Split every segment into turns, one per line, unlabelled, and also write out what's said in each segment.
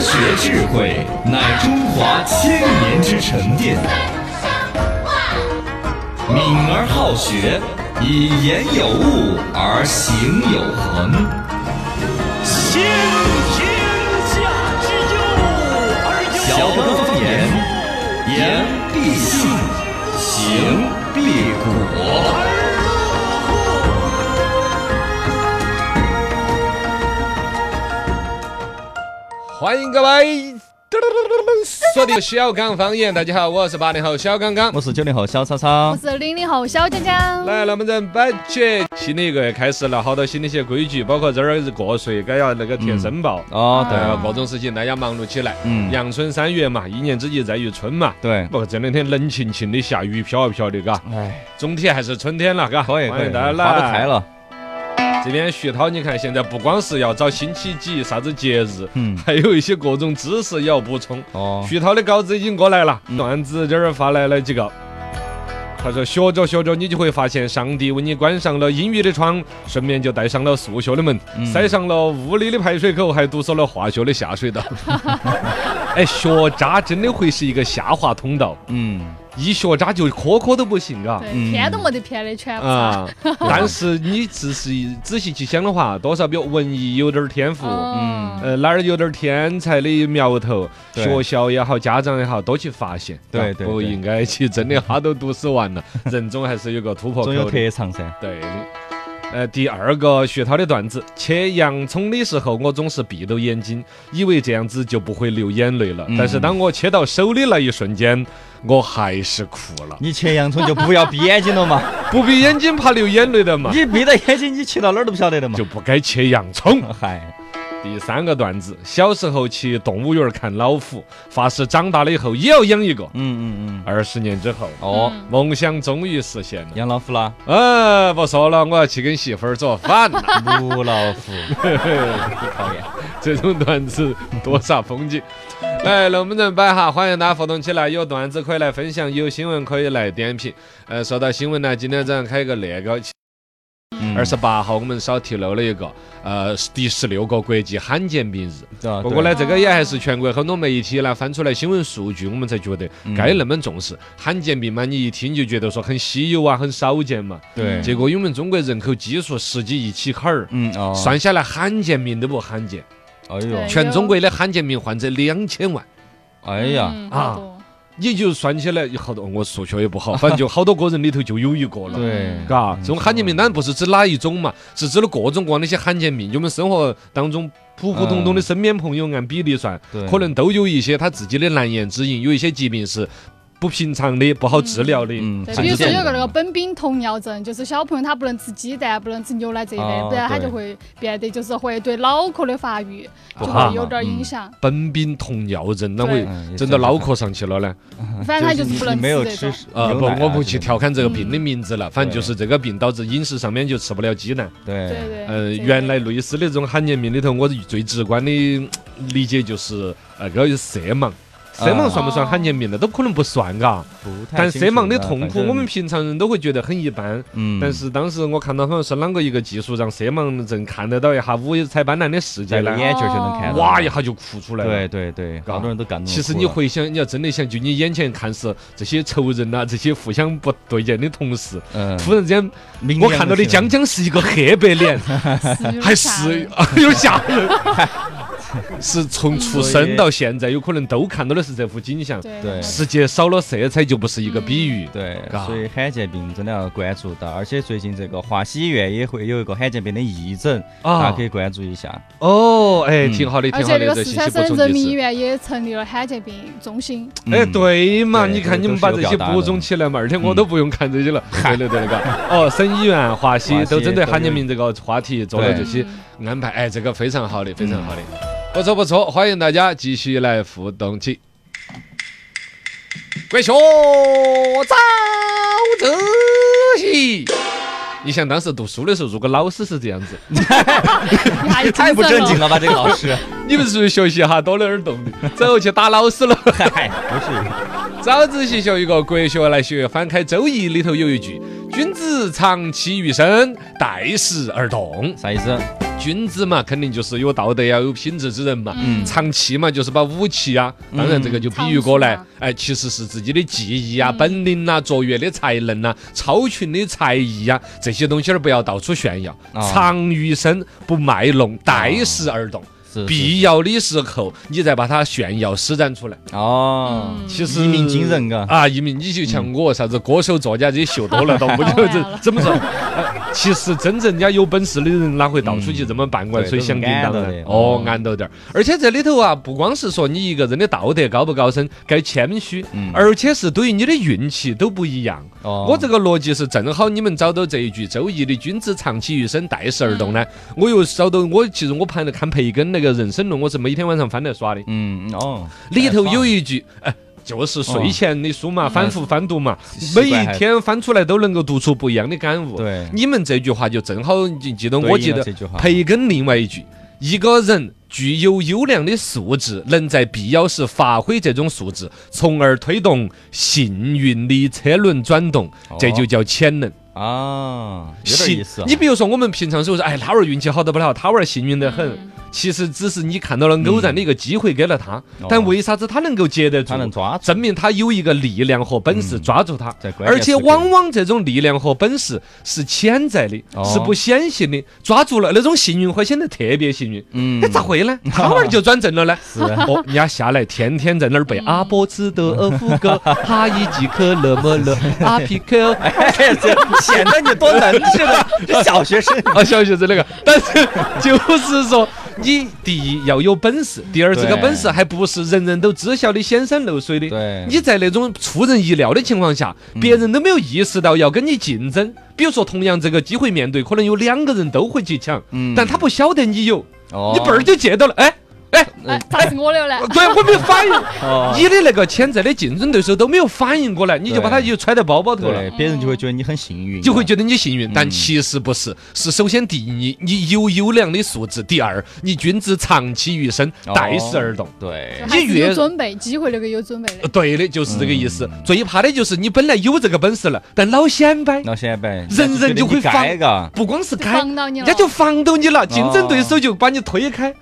学智慧乃中华千年之沉淀，敏而好学，以言有物而行有恒。
先天下之忧而忧
小本方言，言必信，行必果。
欢迎各位锁定小刚方言。大家好，我是八零后小刚刚。
我是九零后小超超
我，是零零后小江江，
来，那么咱摆起新的一个月开始了，好多新的一些规矩，包括这儿是过税，该要那个贴申报。
哦，
对
对，
啊，各种事情大家忙碌起来。
嗯
阳春三月嘛，一年之计在于春嘛。
对
不过这两天冷清清的，下雨飘啊飘的，嘎。
哎，
总体还是春天了，嘎。
可以
欢
可以，
迎大家来。
花都开。了，
这边徐涛，你看现在不光是要找星期几、啥子节日，
嗯，
还有一些各种知识也要补充。
哦，嗯
徐涛的稿子已经过来了，段子这儿发来了几个。他说：“学着学着，你就会发现，上帝为你关上了英语的窗，顺便就带上了数学的门，
嗯
塞上了物理的排水口，还堵上了化学的下水 道。哎，学渣真的会是一个下滑通道，
嗯，
一学渣就科科都不行啊！
对，
嗯
偏都没得偏的，全部
啊，但是你仔细仔细去想的话，多少比如文艺有点儿天赋，
哦
呃，哪儿有点儿天才的苗头，
对
学校也好，家长也好，多去发现。
对
啊
对
不
对
应该去真的哈都读死完了，人总还是有个突破
哦总有
口的。
特长噻，
对的。呃，第二个徐涛的段子，切洋葱的时候，我总是闭着眼睛，以为这样子就不会流眼泪了。
嗯
但是当我切到手的那一瞬间，我还是哭了。
你切洋葱就不要闭眼睛了 嘛，
不闭眼睛怕流眼泪 的嘛，
你闭到眼睛，你切到哪儿都不晓得的嘛
就，不该切洋葱。
嗨，
第三个段子，小时候去动物园儿看老虎，发誓长大了以后也要养一个。
嗯嗯嗯，
二十年之后，
哦，
嗯
梦想终于实现了。
养老虎啦，
呃，不说了，我要去跟媳妇儿做饭了。
母 老虎，讨厌，
这种段子多煞风景。 来，能不能摆哈？欢迎大家活动起来，有段子可以来分享，有新闻可以来点评。呃，说到新闻呢，今天早上开一个那个，
嗯
二十，八号我们少提漏了一个，呃，第十六个国际罕见病日。
啊对
不过呢，
对
这个也还是全国很多媒体呢翻出来新闻数据，我们才觉得
嗯
该那么重视。罕见病嘛，你一听就觉得说很稀有啊，很少见嘛。
对，
结果因为我们中国人口基数十几亿起坎儿，
嗯哦，
算下来罕见病都不罕见，
哎
对
呦，
全中国的罕见病患者两千万。
哎呀，
嗯
啊
好多
你就算起来，好多我数学也不 好，反正就好多个人里头就有一个了。
对，
嘎，这种罕见病当然不是指哪一种嘛，是指了各种各样的一些罕见病，就我们生活当中普普通通的
嗯
身边朋友按比例算，
对
可能都有一些他自己的难言之隐，有一些疾病是不平常的、不好治疗的。
嗯
对，
罕
比如说
见
有个
的
那个苯丙酮尿症，就是小朋友他不能吃鸡蛋，不能吃牛奶这一类
哦，
不然他
对
就会变得就是会对脑壳的发育
不
就
好
会有点影响。
苯丙酮尿症，那
对
我
嗯也
整到脑
是
壳上去了呢？
反正他就是不能
你没有
吃这
吃
种。
啊，
牛
不
奶，
我不去
这种
调侃这个病的名字了，反正
对
就是这个病导致饮食上面就吃不了鸡蛋。
对
对，
对。
呃，
这一类
原来类似的这种罕见病里头，我最直观的嗯理解就是那个色盲。色盲算不算罕见病呢？都可能不算，嘎。
不啊太
但
清
色
楚
盲的
了
痛
反
苦，我们
正
平常人都会觉得很一般。
嗯，
但是当时我看到好像是啷个一个技术让色盲症看得到一下五彩斑斓的世
戴
界呢
个？眼镜儿就能看到，
哇一下就哭出来了。
对对对，
嘎
好多人都干这种
其实
活
你
了
回想，你要真的想，就你眼前看是这些仇人呐、这些互相不对劲的同事，
嗯，
突然之间
明
我
亮
看到
起
的
来
江江是一个黑白 脸，还是 有点吓人，是从出生到现在，有可能都看到的是这幅景象。
对
对
世界少了色彩就不是一个比喻。
对
嘎，
所以罕见病真的要关注到，而且最近这个华西医院也会有一个罕见病的义诊，大
啊
家可以关注一下。
哦，哎，
嗯
挺好的，
而
挺
且
好
那个
的，
四
这信
川
息补
省
充
人民医
及时。
院也成立了罕见病中心，
哎，
嗯，
对嘛，
对
你看
这
你
都是
们把
有
这些
表达
补
的
充起来嘛，而且我
嗯
都不用看这些了。对的，对的，嘎。哦，省医院、华西
华
都
西
针对
都
罕见
有
病这个话题做了
对嗯
这些安排，哎，这个非常好的，非常好的，不错不错，欢迎大家继续来互动起。国学早自习。你想当时读书的时候，如果老师是这样子，
你还
太不正经了
了。
吧，这个老师？
你们是不是学习哈多了点儿动力，走去打老师了？
嗨，不
早自习学一个国学来学，翻开《周易》里头有一句：“君子长期于身，待时而动
是，啥意思？”
君子嘛，肯定就是有道德呀、有品质之人
嗯
嘛。长期嘛，就是把武器啊，当然这个就比喻过来
嗯长期，
哎，其实是自己的技艺啊、本领呐、卓越的才能呐、超群的才艺啊，这些东西儿不要到处炫耀
哦。
藏于身，不卖弄，待时而动。
啊是
必要的时候，你再把它炫耀施展出来。
哦，
嗯
其实
一鸣惊人嘎嗯
啊！一鸣，你就像我啥子歌手、作家这 些秀多了，倒不就
好
这
呀
怎么说？呃其实真正人家有本事的人，哪会到处去这么办
嗯
官？
对
所以想
都
叮
是安
当
到
的
的
哦
哦，
安到点儿。而且这里头啊，不光是说你一个人的道德高不高深，该谦虚，嗯而且是对于你的运气都不一样。
嗯哦，
我这个逻辑是正好你们找到这一句“周易的君子长期于身，待时而动”呢，我又找到我其实我盘着看培根那个人生论，我是每天晚上翻来耍的。
嗯哦，
里头有一句，哎，就是睡前的书嘛，反复翻读嘛，
嗯习
每
惯
一
还
天翻出来都能够读出不一样的感悟。
对
你们这句话就正好记记得，
对
我记
应了
得
这句话
培根另外一句，一个人。具有优良的素质，能在必要时发挥这种素质，从而推动幸运的车轮转动，这就叫潜能。
啊，哦有点
幸
意思啊，
你比如说，我们平常说是，哎，他娃儿运气好得不了，他娃儿幸运
嗯
得很。
嗯
嗯其实只是你看到了偶然的一个机会给了他，但为啥子他能够接得
哦
住？
他能抓住
证明他有一个力量和本事抓住他。
在嗯关键
而且
时刻
往往这种力量和本事是潜在的，
哦
是不显性的。抓住了那种幸运，会显得特别幸运。
嗯
哎，咋 会呢？他娃儿就转正了呢？
是啊嗯
哦，人家下来天天在那儿背阿波茨德夫 格，哈伊吉克勒莫勒阿皮克。
哎，这显得你多能是吧？这小学生，
啊，小学生那个，但是就是说，你第一要有本事，第二
对
这个本事还不是人人都知晓的显山露水的。
对
你在那种出人意料的情况下，
嗯
别人都没有意识到要跟你竞争。比如说，同样这个机会面对，可能有两个人都会去抢，
嗯
但他不晓得你有，
哦
你嘣儿就借到了， 哎。哎，
哎，咋是我的呢？
对我没有反应，
哦
你的那个潜在的竞争对手都没有反应过来，你就把他
对
就揣在包包头了
对，。嗯别人就会觉得你很幸运，啊
就会觉得你幸运，但其实不是。是首先第一，你你有优良的素质；第二，你君子长期于身，
哦
待时而动。
对，
还是
你越
有准备，机会留给有准备的
呃。对的，就是这个意思。
嗯
最怕的就是你本来有这个本事了，但老显摆，
老显摆，
人人就会放
改嘎，
不光是
就
开，
防到你哦了
人家呃就防到你
哦
了，竞争对手就把你推开。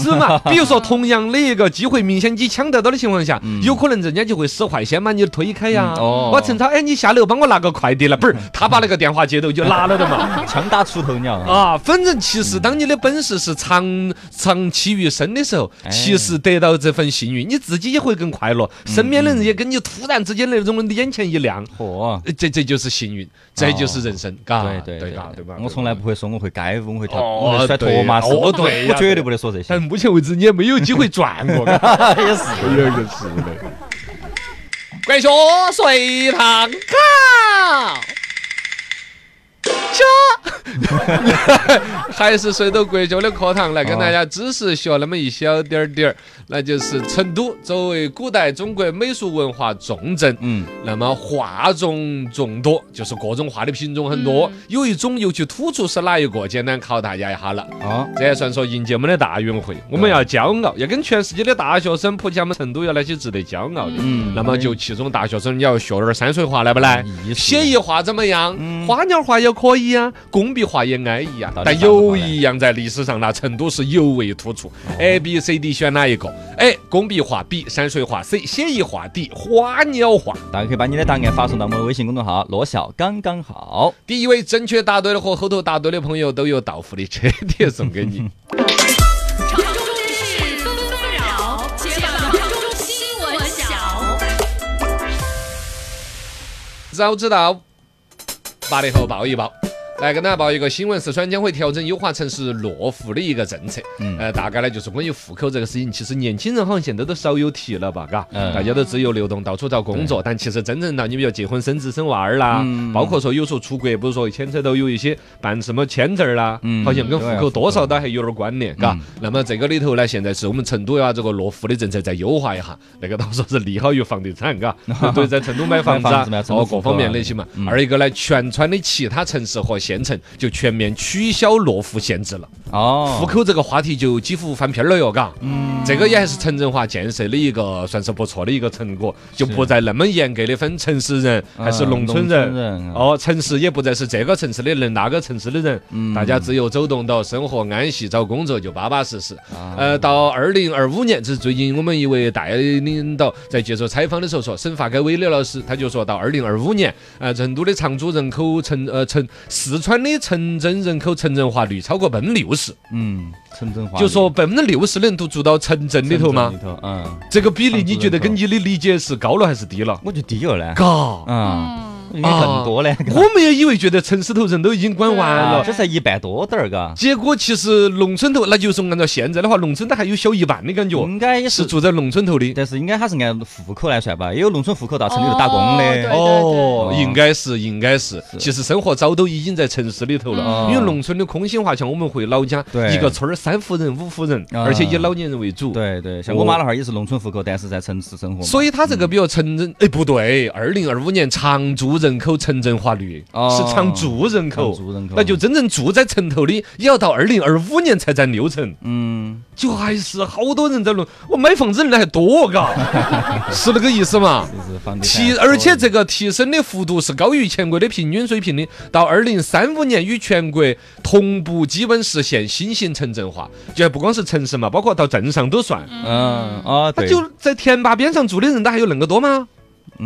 是 嘛？比如说，同样的一个机会，明显你抢得到的情况下，有可能人家就会使坏，先把你推开哎呀。
嗯哦
我陈超，哎，你下楼帮我拿个快递来， 不是他把那个电话接到就拿了的嘛。
枪打出头鸟啊，
啊，反正其实当你的本事是长长期于身的时候，
哎
其实得到这份幸运，你自己也会更快乐，
嗯
身边的人也跟你突然之间那种眼前一亮，
嚯！
呃这这就是幸运，这就是人生，嘎，
哦对对
啊对嘎，对吧？
我从来不会说我会街舞，我会跳，
哦
我会甩
对
脱马绳，
哦
我
对
我
呀
绝对不得说这
但
些。
目前为止你也没有机会转过，嘎
也是，
管学随堂 考。还是随到国学的课堂来跟大家只是学那么一小点儿点儿，那就是成都作为古代中国美术文化重镇，
嗯，
那么画种众多，就是各种画的品种很多，有一种尤其突出是哪一个？简单考大家一下了。
啊，
这也算说迎接我们的大运会，我们要骄傲，要跟全世界的大学生普及我们成都有哪些值得骄傲的。
嗯
那么就其中大学生你要学点儿山水画来不来
嗯艺？术
写意画怎么样？花鸟画也可以啊，工笔画也安逸啊
到。底
但
啥子画
有
嘞
一样在历史上那成都是尤为突出。A、B、C、D 选哪一个？A. 工笔画 B. 山水画 C. 写意画 D. 花鸟画。
大家可以把你的答案发送到我们的微信公众号“罗小刚刚好
第一位正确答对的和后头答对的朋友都有到付的车贴送给你。
城中事纷纷扰，解码城中新闻小。
早知道，八零后报一报。来跟大家报一个新闻，四川将会调整优化城市落户的一个政策。
嗯
呃，大概呢就是关于户口这个事情，其实年轻人好像现在都少有提了吧，嘎。
嗯
大家都自由流动，到处找工作，但其实真正到你比如结婚生子生娃儿啦，
嗯
包括说有时候出国，不是说牵扯到有一些办什么签证儿啦，
嗯
好像跟户
对啊
口多少都还有点儿关联，嘎
嗯。
那么这个里头呢，现在是我们成都呀啊这个落户的政策再优化一下， 那个到时候是利好于房地产， 嘎。对，在成都买房子
买房
啊
子嘛，成都
哦，
户口
各
啊
方面的些嘛。
嗯
二一个呢，全川的其他城市和县城就全面取消落户限制了。
哦，
户口这个话题就几乎翻篇儿了哟，嘎。嗯，这个也还是城镇化建设的一个算是不错的一个成果，就不再那么严格的分城市人还是
嗯
农村
农
人
村。人
哦，城市也不再是这个城市的人，那个城市的人，
嗯
大家自由走动到生活安逸，找工作就巴巴适适。
啊
呃，到二零二五年，这是最近我们一位代领导在接受采访的时候说，省发改委刘老师他就说到二零二五年，呃，成都的常住人口城呃城四川的城镇人口城镇化率超过百分之六十。
嗯，城镇化
就说百分之六十的人都住到城镇里头吗
里？头，嗯，
这个比例
城镇
你觉得
人口
跟你的理解是高了还是低了？
我就低了嘞，
嘎，
嗯，
嗯，
应该更多嘞，
啊我们也以为觉得城市头人都已经管完
啊
了。
这才一半多点儿，嘎，
结果其实农村头，那就是按照现在的话，农村它还有小一半的感觉，
应嗯该也
是住在农村头的。
但是应该他是按户口来算吧，也有农村户口到城里头打工
哦对
的，
哦，
对
应该是，应该是。其实生活早都已经在城市里头了，
嗯
因为农村的空心化，像我们回老家，
对
一个村儿三户人、五户人，
啊
而且以老年人为主。
对对，像我妈那哈儿也是农村户口，但是在城市生活嘛，
所以它这个
嗯
比较城镇，哎，不对，二零二五年常住人口城镇化率
哦
是常住人
常
口，
住人口
哦那就真正住在城头的，也要到二零二五年才占六成，
嗯，
就还是好多人在论，我买房子的人还 多嘎，是那个意思嘛？
就是房地
提，
产，
而且这个提升的幅度是高于全国的平均水平的，到二零三五年与全国同步基本实现新型城镇化，就还不光是城市嘛，包括到镇上都算。
嗯啊，
他
对，
就在田坝边上住的人，他还有恁个多吗？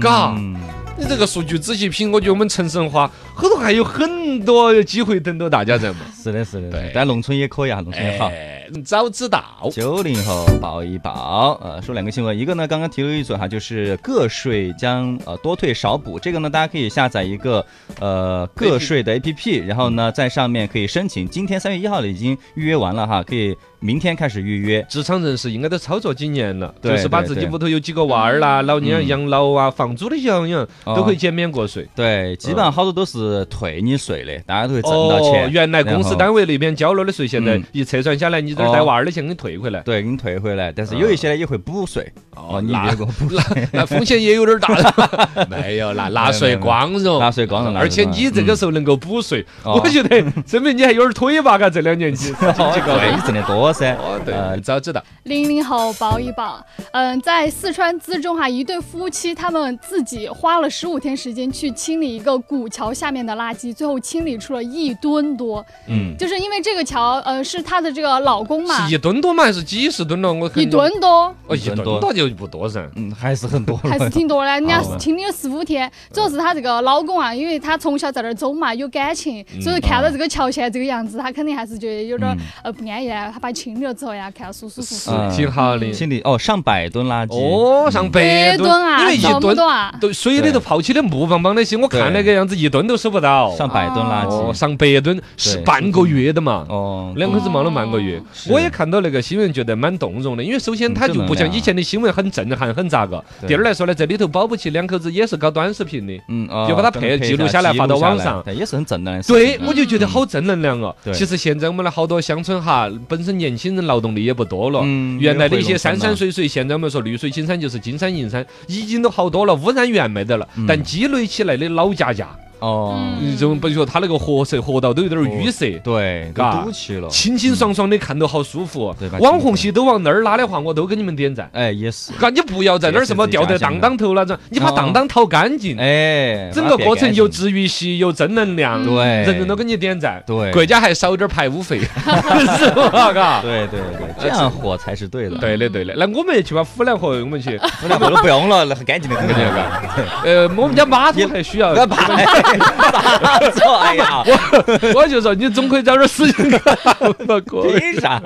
嘎，
嗯
你这个数据仔细品，我觉得我们城市文化后头还有很多机会等到大家人嘛。
是的，是的，
对
对但农村也可以啊，农村也好。
哎，早知道。
九零后报一报，呃，说两个新闻，一个呢刚刚提了一嘴哈，就是个税将呃多退少补，这个呢大家可以下载一个呃个税的 APP，然后呢在上面可以申请，今天三月一号的已经预约完了哈，可以明天开始预约。
职场人士应该都操作几年了，就
对
是把自己
对对
屋头有几个娃儿啦、老年人
嗯
养老啊、房租的养养，
哦
都可以减免过 税。
对，基本上好多都是退你税的，大家都会挣到
哦，
钱。
原来公
然
司
后
单位那边交了的税，现在
嗯
一测算下来，你这儿带
哦
娃儿的钱给你退回来。
对给你退回来，但是有一些呢也会补税。哦，你别给我 补
那那风险也有点大 了。没有啦，纳税光荣，
纳税光荣纳税
而且你这个时候能够补税，
嗯
我觉得证明你还有点腿吧？嘎，这两年 级
哦，对，你挣得多噻。
哦，
呃
对，早知道。
零零后抱一抱。嗯，在四川资中哈，一对夫妻他们自己花了十五天时间去清理一个古桥下面的垃圾，最后清理出了一吨多。
嗯，
就是因为这个桥，呃，是她的这个老公嘛
是，一吨多吗？还是几十吨了？我看
一吨多。
哦，一吨
一吨
多
多
就不多噻。
嗯，还是很多了。
还是挺多的，人家
哦
清理了十五天。主要是她这个老公啊，因为他从小在那儿走嘛，有感情，
嗯
所以看到这个桥现在这个样子，他肯定还是觉得有点儿呃不安逸啊。他把它清理了之后呀，看到舒舒服
是
服。
嗯
挺好的。
清理哦，上百吨垃圾。嗯
哦，上百
吨啊
因为，一
差不
吨
多啊。
对水里
对
头泡起的木棒棒那些，我看
对
那个样子一吨都收不到。
上百吨垃
哦，
圾。
上百嗯吨是
对
半个月的嘛。
哦，
两口子忙了半个月，
嗯是嗯
我也看到那个新闻，觉得蛮动容的。因为首先它就不像以前的新闻很震撼、很咋个。
对
第二来说呢，这里头保不齐两口子也是搞短视频的。
嗯，哦
就把它
可能
配
配
记录
下
下来发到
记录
网
下
上
对，也是很正能量的事
对
情。，
我就觉得好正能量哦。
对
其实现在我们的好多乡村哈，本身年轻人劳动力也不多了，
嗯
原来的一
也
些
回
山
农村
山
了
水水，现在我们说绿水青山就是金山银山，已经都好多了，污染源没得了，
嗯
但积累起来的老家家，
哦，
这种比如说它那个河水河道都有点儿淤塞。
对，都
嘎
堵起了。
清清爽爽的看到好舒服
哦
哦
嗯对吧，
网红些都往那儿拉的话，我都给你们点赞。
哎，也是。
嘎，你不要在那儿什么掉在荡荡头那种，你把
哦
荡荡掏干净。
哎，
嗯整
把
个
它
过
变
程
干
又
净
治愈系，又正能量，
对
人人都给你点赞，
对
国家还少点排污 费，是吧？嘎，
对对对，这样火才是对的。，
呃对的对的，那我们也去把腐兰河，我们 去，
不然我都不用了，那很干净的，很干净 的嘎。
呃，我们家马桶还 需要，
干嘛嘞？咋做？哎 呀，
我就说你总可以找点事 情干，可以。
凭啥？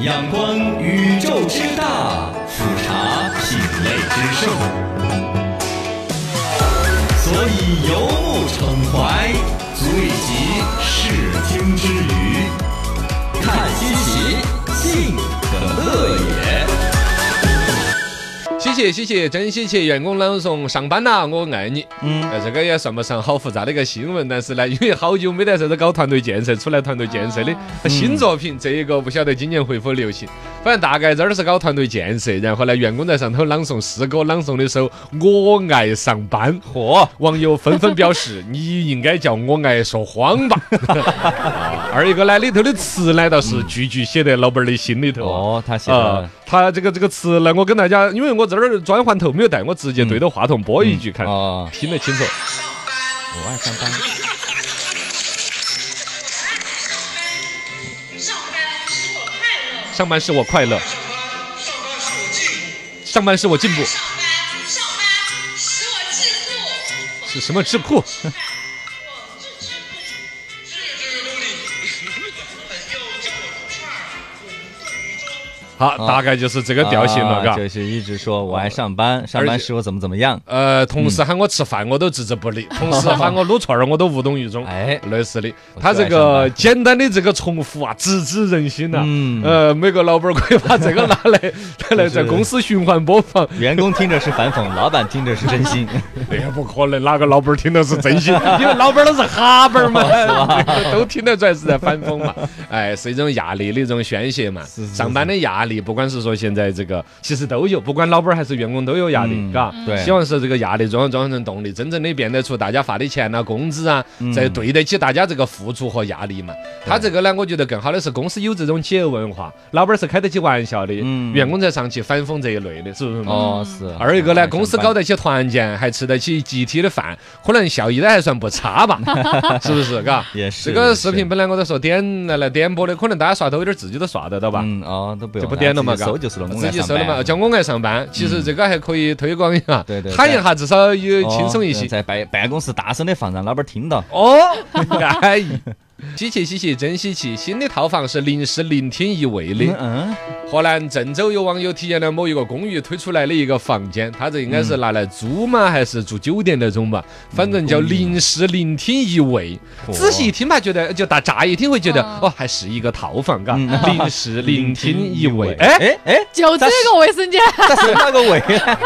仰观宇宙之大，俯察品类之盛。所以游目骋怀，足以及视听之娱，看稀奇，尽可乐也。
谢谢谢谢谢，真稀奇，员工朗诵上班啦，我爱你。
嗯，
呃，这个也算不上好复杂的一个新闻，但是呢，因为好久没得啥子搞团队建设出来团队建设的
啊
新作品，这一个不晓得今年会否流行。反正大概这儿是搞团队建设，然后呢，员工在上头朗诵诗歌，朗诵的时候“我爱上班”，
嚯，
网友纷纷表示：“你应该叫我爱说谎吧。”二一个呢，里头的词呢倒是句句写在老板儿的心里头啊。
哦，他写
啊
的，，
他这个这个词呢，我跟大家，因为我这儿转换头没有带，我直接对着
嗯
话筒播一句看，
哦，
听得清楚。
我爱上班，
上班使我快乐，上班使我进步，是什么智库？好，
啊
大概就是这个调性了，
啊
嘎。
就是一直说我爱上班，上班使我怎么怎么样，
呃，同事喊我吃饭，我都置之 不理；同事喊我撸串儿，我都无动于衷。
哎
类似的，
我
他
最
这
爱上
个
班
简单的这个重复啊，直指人心呐。
嗯
呃，每个老板儿可以把这个拿 来拿来在
就是
公司循环播放，
员工听着是反讽，老板听着是真 心，
那哎也不可能，哪个老板儿听的是 真心？因为老板儿都是哈巴儿嘛， 都听得出来是在反讽嘛。哎，是一种压力的一种宣泄嘛。
是是
上班的压力，不管是说现在这个，其实都有，不管老板儿还是员工都有压力，
嗯
嘎、
对
希望是这个压力转换转换成动力，真正的变得出大家发的钱呐、工资啊，
嗯
再对得起大家这个付出和压力嘛。他这个呢，我觉得更好的是公司有这种企业文化，老板儿是开得起玩笑的，
嗯
员工才上去反讽这一类的，是不是嘛？
哦，是。
二一个呢，公司搞
的，
得起团建，还吃得起集体的饭，可能效益呢还算不差 吧，是不是？嘎，
也是
这个
也
视
是
频本来我在说点来来点播的，可能大家刷抖音儿自己都刷得到吧。
嗯，哦，都不用
就不点了嘛，
自己
嘎
搜就是了，我
自
爱
己
上
搜的
班嗯
嘛，叫我爱上班。其实这个还可以推广一下，
对对对
喊一下至少有
哦
轻松一些。
在办办公室大声的放，让老板听到。
哦， 安逸。稀奇稀奇，真稀奇！新的套房是临时聆听一位的，
嗯，
河南郑州有网友体验了某一个公寓推出来的一个房间，他这应该
嗯
是拿来租吗？还是住酒店那种吧？反正
嗯
叫临时聆听一位。仔细一听吧，觉得就大乍一听会觉得
嗯
哦，还是一个套房嘎。
嗯
临时聆听一位，哎，
哎哎，
就这个卫生间，
咋是那个位？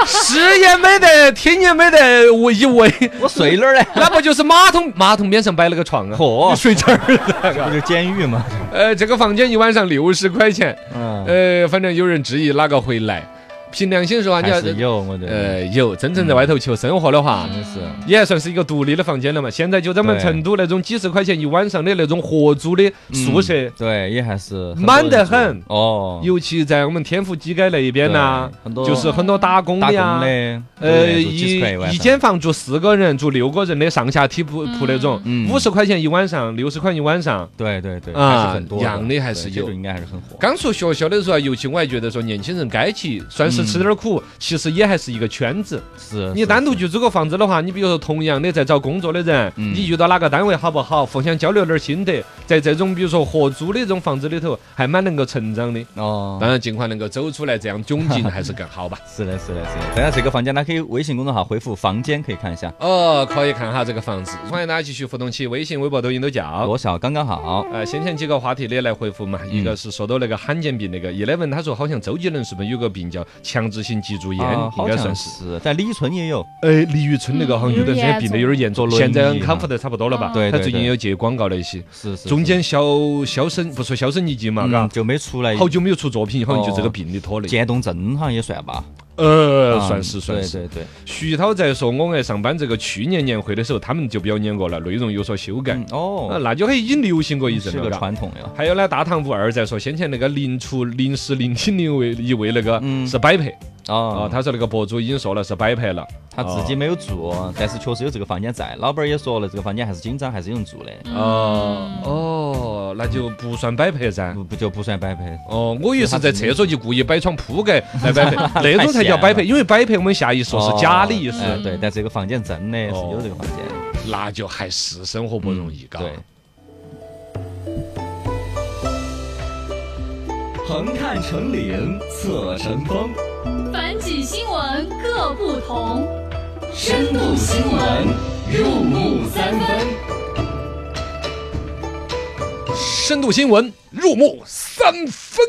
是也没得，听也没得，我一位，
我睡哪儿嘞？
那不就是马桶马桶边上摆了个床啊？
嚯
你睡这儿 的
不
嘎。
就监狱嘛？
呃，这个房间一晚上六十块钱，
嗯，
呃，反正有人质疑哪个会来。凭良心说啊，你要
还是有我觉得，
呃，有真正在外头求生活的话，
嗯真的是
也还算是一个独立的房间了嘛。现在就咱们
对
成都那种几十块钱一晚上的那种合租的宿舍，
嗯对，也还是很多人
满得
住
很
哦。
尤其在我们天府机改那一边呐、
对很多
就是很多打工
打
的
工
呀。
的，
呃，
对住几
一
十块晚上
一间房住四个人，住六个人的上下梯铺铺那种，
嗯
五十块钱一晚上，六十块一晚上。
对对对，
啊
还是很多
养的还
对
是
这
有
种应该还是很火。
刚出学校的时候啊，尤其我还觉得说年轻人该去，算
嗯
是吃点儿苦，其实也还是一个圈子。
呃是
你单独去租个房子的话，你比如说同样的在找工作的人，
嗯
你遇到哪个单位好不好，互相交流点儿心得，在这种比如说合租的这种房子里头，还蛮能够成长的。
哦，
当然，尽快能够走出来，这样窘境还是更 好吧。
是的，是的，是的。大家这个房间呢，可以微信公众号回复“房间”可以看一下，
哦，可以看哈这个房子，欢迎大家继续互动起，微信、微博、抖音都叫。
多少刚刚好。
呃，先前几个话题的来回复嘛，
嗯
一个是说到那个罕见病那个，eleven 他说好像周杰伦是不是有个病叫强制性脊柱炎
啊，，
应
好
该
像
算是。
是在李村也有，
哎，李宇春那个好像有段时间病得有点严重，
嗯
现在康复得差不多了吧？
坐轮椅
他
对对
最近
对
有接广告那些。
是是
中间销销声不说销声匿迹嘛，嘎
嗯、，哦就没出来。
好久没有出作品，好像就这个病的拖累。
渐冻症好像也算吧，
呃，
啊
算是算是。
对对对，
徐涛在说我爱上班这个去年年会的时候，他们就表演过了，内容有所修改
嗯，
啊
哦，
那就很已经流行过一阵
是
了。
个
嘎
传统呀。
还有呢，大唐无二在说先前那个临出临时聆听的一位一位那个
嗯
是摆拍啊，
哦，
他说那个博主已经说了是摆拍了。
他自
哦
己没有住，但是确实有这个房间在。老板儿也说了，这个房间还是紧张，还是有人住的，啊嗯
哦哦，那就不算摆拍噻。
不不就不算摆拍。
哦，我以为是在厕所就故意摆床铺 盖来摆拍，那种才
太
叫
闲
摆拍，
了
因为摆拍我们下一说是假的意思，
哦哎对，但这个房间真的是有这个房间，
那就还是生活不容易，嘎。
嗯对，
横看成岭侧成峰，
反几新闻各不同，
深度新闻入木三分。
深度新闻入木三分。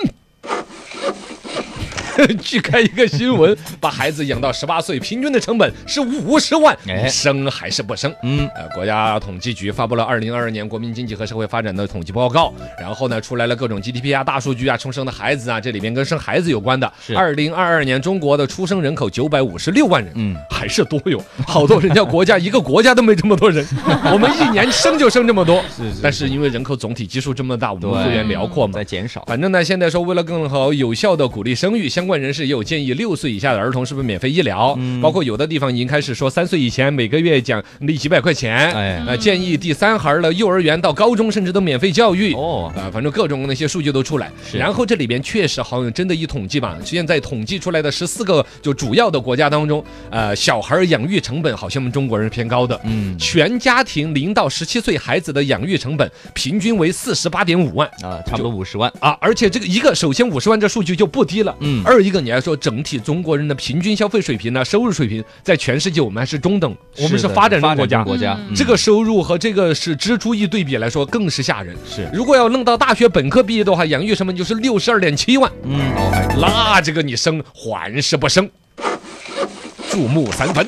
去看一个 新闻，把孩子养到十八岁，平均的成本是五十万，
哎
你生还是不生？
嗯，
呃，国家统计局发布了二零二二年国民经济和社会发展的统计报告，然后呢，出来了各种 GDP 啊、大数据啊、出生的孩子啊，这里面跟生孩子有关的。
是
二零二二年中国的出生人口九百五十六万人，
嗯，
还是多哟，好多人家国家一个国家都没这么 多人，我们一年生就生这么多，
是是
但是因为人口总体基数这么大，我们
对
幅员辽阔嘛
在。减少。
反正呢，现在说为了更好有效的鼓励生育，相关人士也有建议，六岁以下的儿童是不是免费医疗？
嗯
包括有的地方已经开始说，三岁以前每个月奖励几百块钱。
哎
呃，建议第三孩儿的幼儿园到高中甚至都免费教育。
哦
啊、反正各种那些数据都出来，
是
然后这里边确实好像真的一统计吧，现在统计出来的十四个就主要的国家当中，呃，小孩儿养育成本好像我们中国人是偏高的，
嗯
全家庭零到十七岁孩子的养育成本平均为四十八点五万。
啊，差不多五十万。
啊，而且这个一个，首先五十万这数据就不低了，
嗯
二一个你还说整体中国人的平均消费水平呢，收入水平在全世界我们还是中等，我们是
的
发展中国家，嗯
国家
这个收入和这个是支出一对比来说更是吓人。
是
如果要弄到大学本科毕业的话，养育成本就是六十二点七万，
嗯，哦，还
那这个你生还是不生？注目三分，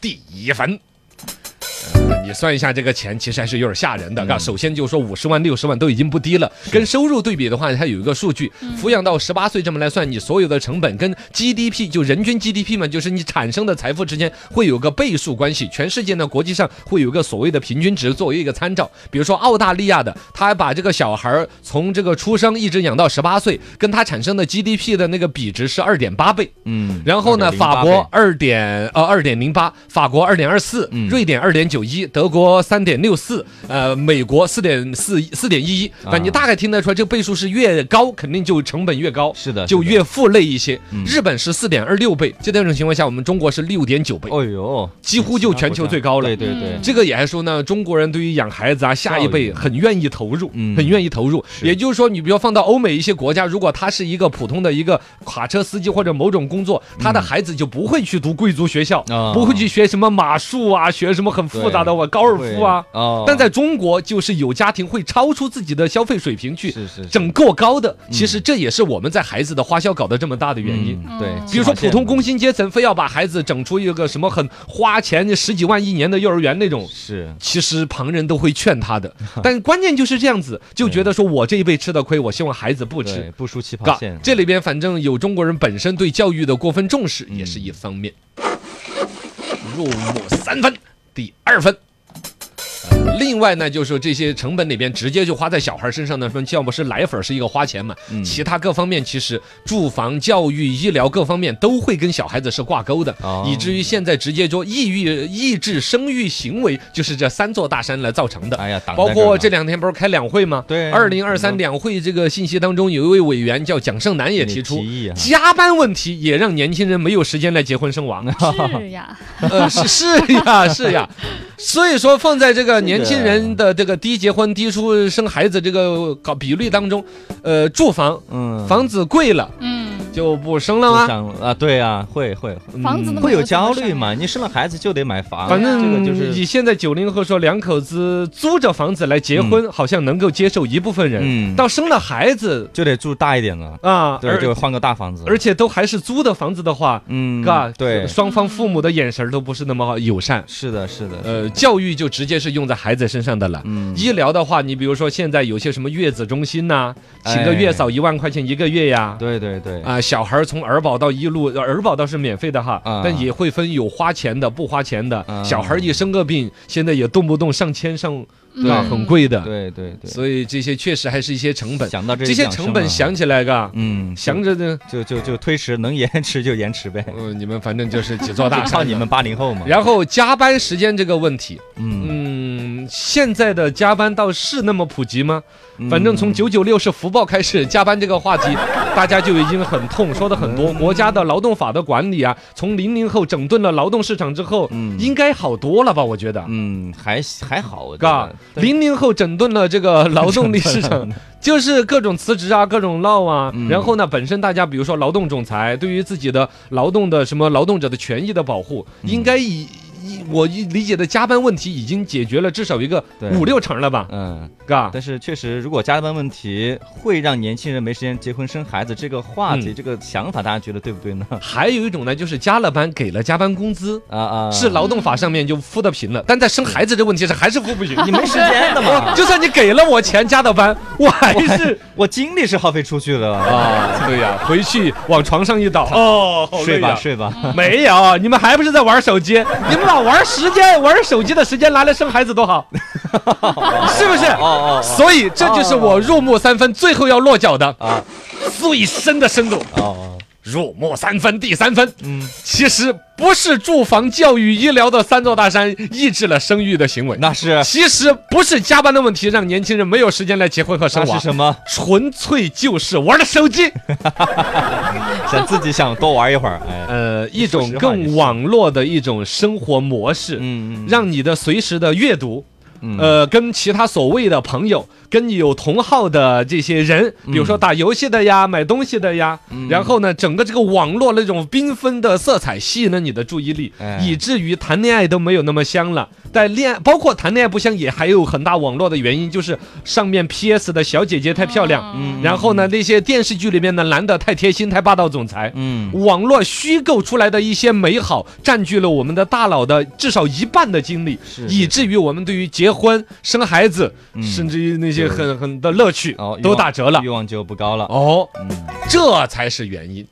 第一分。呃你算一下这个钱，其实还是有点吓人的。嘎首先就说五十万、六十万都已经不低了，跟收入对比的话，它有一个数据，抚养到十八岁这么来算，你所有的成本跟 GDP 就人均 GDP 嘛，就是你产生的财富之间会有个倍数关系。全世界呢，国际上会有一个所谓的平均值作为一个参照。比如说澳大利亚的，他把这个小孩儿从这个出生一直养到十八岁，跟他产生的 GDP 的那个比值是二点八倍。
嗯，
然后呢，
2.08
法国
倍
二点呃二点零八，法国二点二四
嗯，
瑞典二点九一，德国三点六四，呃，美国四点四四点一一。
啊
反正你大概听得出来，这个倍数是越高，肯定就成本越高，
是的
就是
的
越负累一些
嗯。
日本是四点二六倍，就在这种情况下，我们中国是六点九倍，
哦呦，
哎几乎就全球最高了嗯
对。对对，
这个也还说呢，中国人对于养孩子啊，下
嗯
一
教育
辈很愿意投入，
嗯
很愿意投入。
是
也就是说，你比如放到欧美一些国家，如果他是一个普通的一个卡车司机或者某种工作，他的孩子就不会去读贵族学校，
嗯啊
不会去学什么马术啊，学什么很复杂的我高尔夫啊。
对哦，
但在中国，就是有家庭会超出自己的消费水平去
是是是
整过高的，其实这也是我们在孩子的花销搞得这么大的原因。
嗯对，
比如说
起码
普通工薪阶层，非要把孩子整出一个什么很花钱十几万一年的幼儿园那种，
是
其实旁人都会劝他 的，但关键就是这样子，就觉得说我这一辈吃的亏，我希望孩子不
对
吃。
不输起跑
嘎
线，，
这里边反正有中国人本身对教育的过分重视，
嗯
也是一方面。入目三分，第二分。呃另外呢，就是这些成本里边直接就花在小孩身上的，要不是奶粉是一个花钱嘛，
嗯
其他各方面其实住房、教育、医疗各方面都会跟小孩子是挂钩的，
哦
以至于现在直接说抑郁、抑制生育行为，就是这三座大山来造成的。
哎呀，挡在
包
儿
括
呢
这两天不是开两会吗？
对
二零二三两会这个信息当中，有一位委员叫蒋胜男也提出
你提议啊，
加班问题也让年轻人没有时间来结婚生娃。
是呀，
呃，是是 呀，是呀。所以说，放在这个年轻人的这个低结婚、低出生孩子这个搞比率当中，呃，住房
嗯
房啊子贵了
嗯，
就不生了
就
吗？
想啊，对啊，会会嗯
房子那么
会有
多怎
焦
么
虑
上
嘛？
呀？
你生了孩子就得买房，
反
这
正
个就是
以现在九零后说两口子租着房子来结婚，好像能够接受一部分人。
嗯
到生了孩子
就得住大一点了，
啊，
对，
而
就换个大房子，
而且都还是租的房子的话，
嗯
嘎，，
对，
双方父母的眼神儿都不是那么友善。
是的，是的，
呃，教育就直接是用在孩子身上的了。
嗯
医疗的话，你比如说现在有些什么月子中心呐、请
哎
个月嫂一万块钱一个月呀。
对对对，
啊、小孩儿从儿保到一路，呃儿保倒是免费的哈，
啊
但也会分有花钱的、不花钱的。
啊
小孩儿一生个病，现在也动不动上千上，
对
啊，很贵的。
对对对，
所以这些确实还是一些成本。
想到这
这些成本
想，
想起来嘎，
嗯，
想着呢，
就就就推迟，能延迟就延迟呗，
嗯、你们反正就是几 座大
靠
山。
你们八零后嘛，
然后加班时间这个问题，
嗯，
嗯，现在的加班倒是那么普及吗？
嗯
反正从九九六是福报开始，加班这个 话题，大家就已经很痛，说的很
嗯
多。国家的劳动法的管理啊，从零零后整顿了劳动市场之后，
嗯
应该好多了吧？我觉得。
嗯还还好，我觉
嘎
得，对
零零后整顿了这个劳动力市
整
场，就是各种辞职啊，各种闹啊。
嗯
然后呢，本身大家比
嗯
如说劳动仲裁，对于自己的劳动的什么劳动者的权益的保护，应该以一我一理解的加班问题已经解决了至少一个
对
五六成了吧，
嗯，
嘎。
但是确实，如果加班问题会让年轻人没时间结婚生孩子，这个话题、
嗯
这个想法，大家觉得对不对呢？
还有一种呢，就是加了班给了加班工资，
啊啊，
是劳动法上面就敷的平了，但在生孩子这问题上还是敷不平。？
你没时间的嘛
就算你给了我钱加的班，我还 是
我精力是耗费出去的 了，
啊，对呀、回去往床上一倒，哦，好
睡
累呀
吧睡吧。
没有，你们还不是在玩手机？你们老玩时间，玩手机的时间拿来生孩子多 好，是不是？
哦
所以这就是我入木三分最后要落脚的
啊
最深的深度。
哦哦，
入木三分，第三分，
嗯，
其实不是住房、教育、医疗的三座大山抑制了生育的行为，
那是
其实不是加班的问题让年轻人没有时间来结婚和生
那
娃
是，什么？
纯粹就是玩了手机。
想自己想多玩一会儿，哎，
呃，一
说
种
实话也
更
是
网络的一种生活模式，
嗯嗯嗯
让你的随时的阅读。
嗯
呃，跟其他所谓的朋友，跟你有同号的这些人，
嗯
比如说打游戏的呀，买东西的呀，然后呢，整个这个网络那种缤纷的色彩吸引了你的注意力，
哎
以至于谈恋爱都没有那么香了。但恋爱包括谈恋爱不香，也还有很大网络的原因，就是上面 PS 的小姐姐太漂亮，
嗯
然后呢，那些电视剧里面的男的太贴心，太霸道总裁，
嗯
网络虚构出来的一些美好，占据了我们的大脑的至少一半的精力，
是
以至于我们对于结婚、生孩子，
嗯
甚至于那
对
些很很的乐趣
哦，欲望
都打折了
欲。望就不高了。
哦，
嗯。
这才是原因。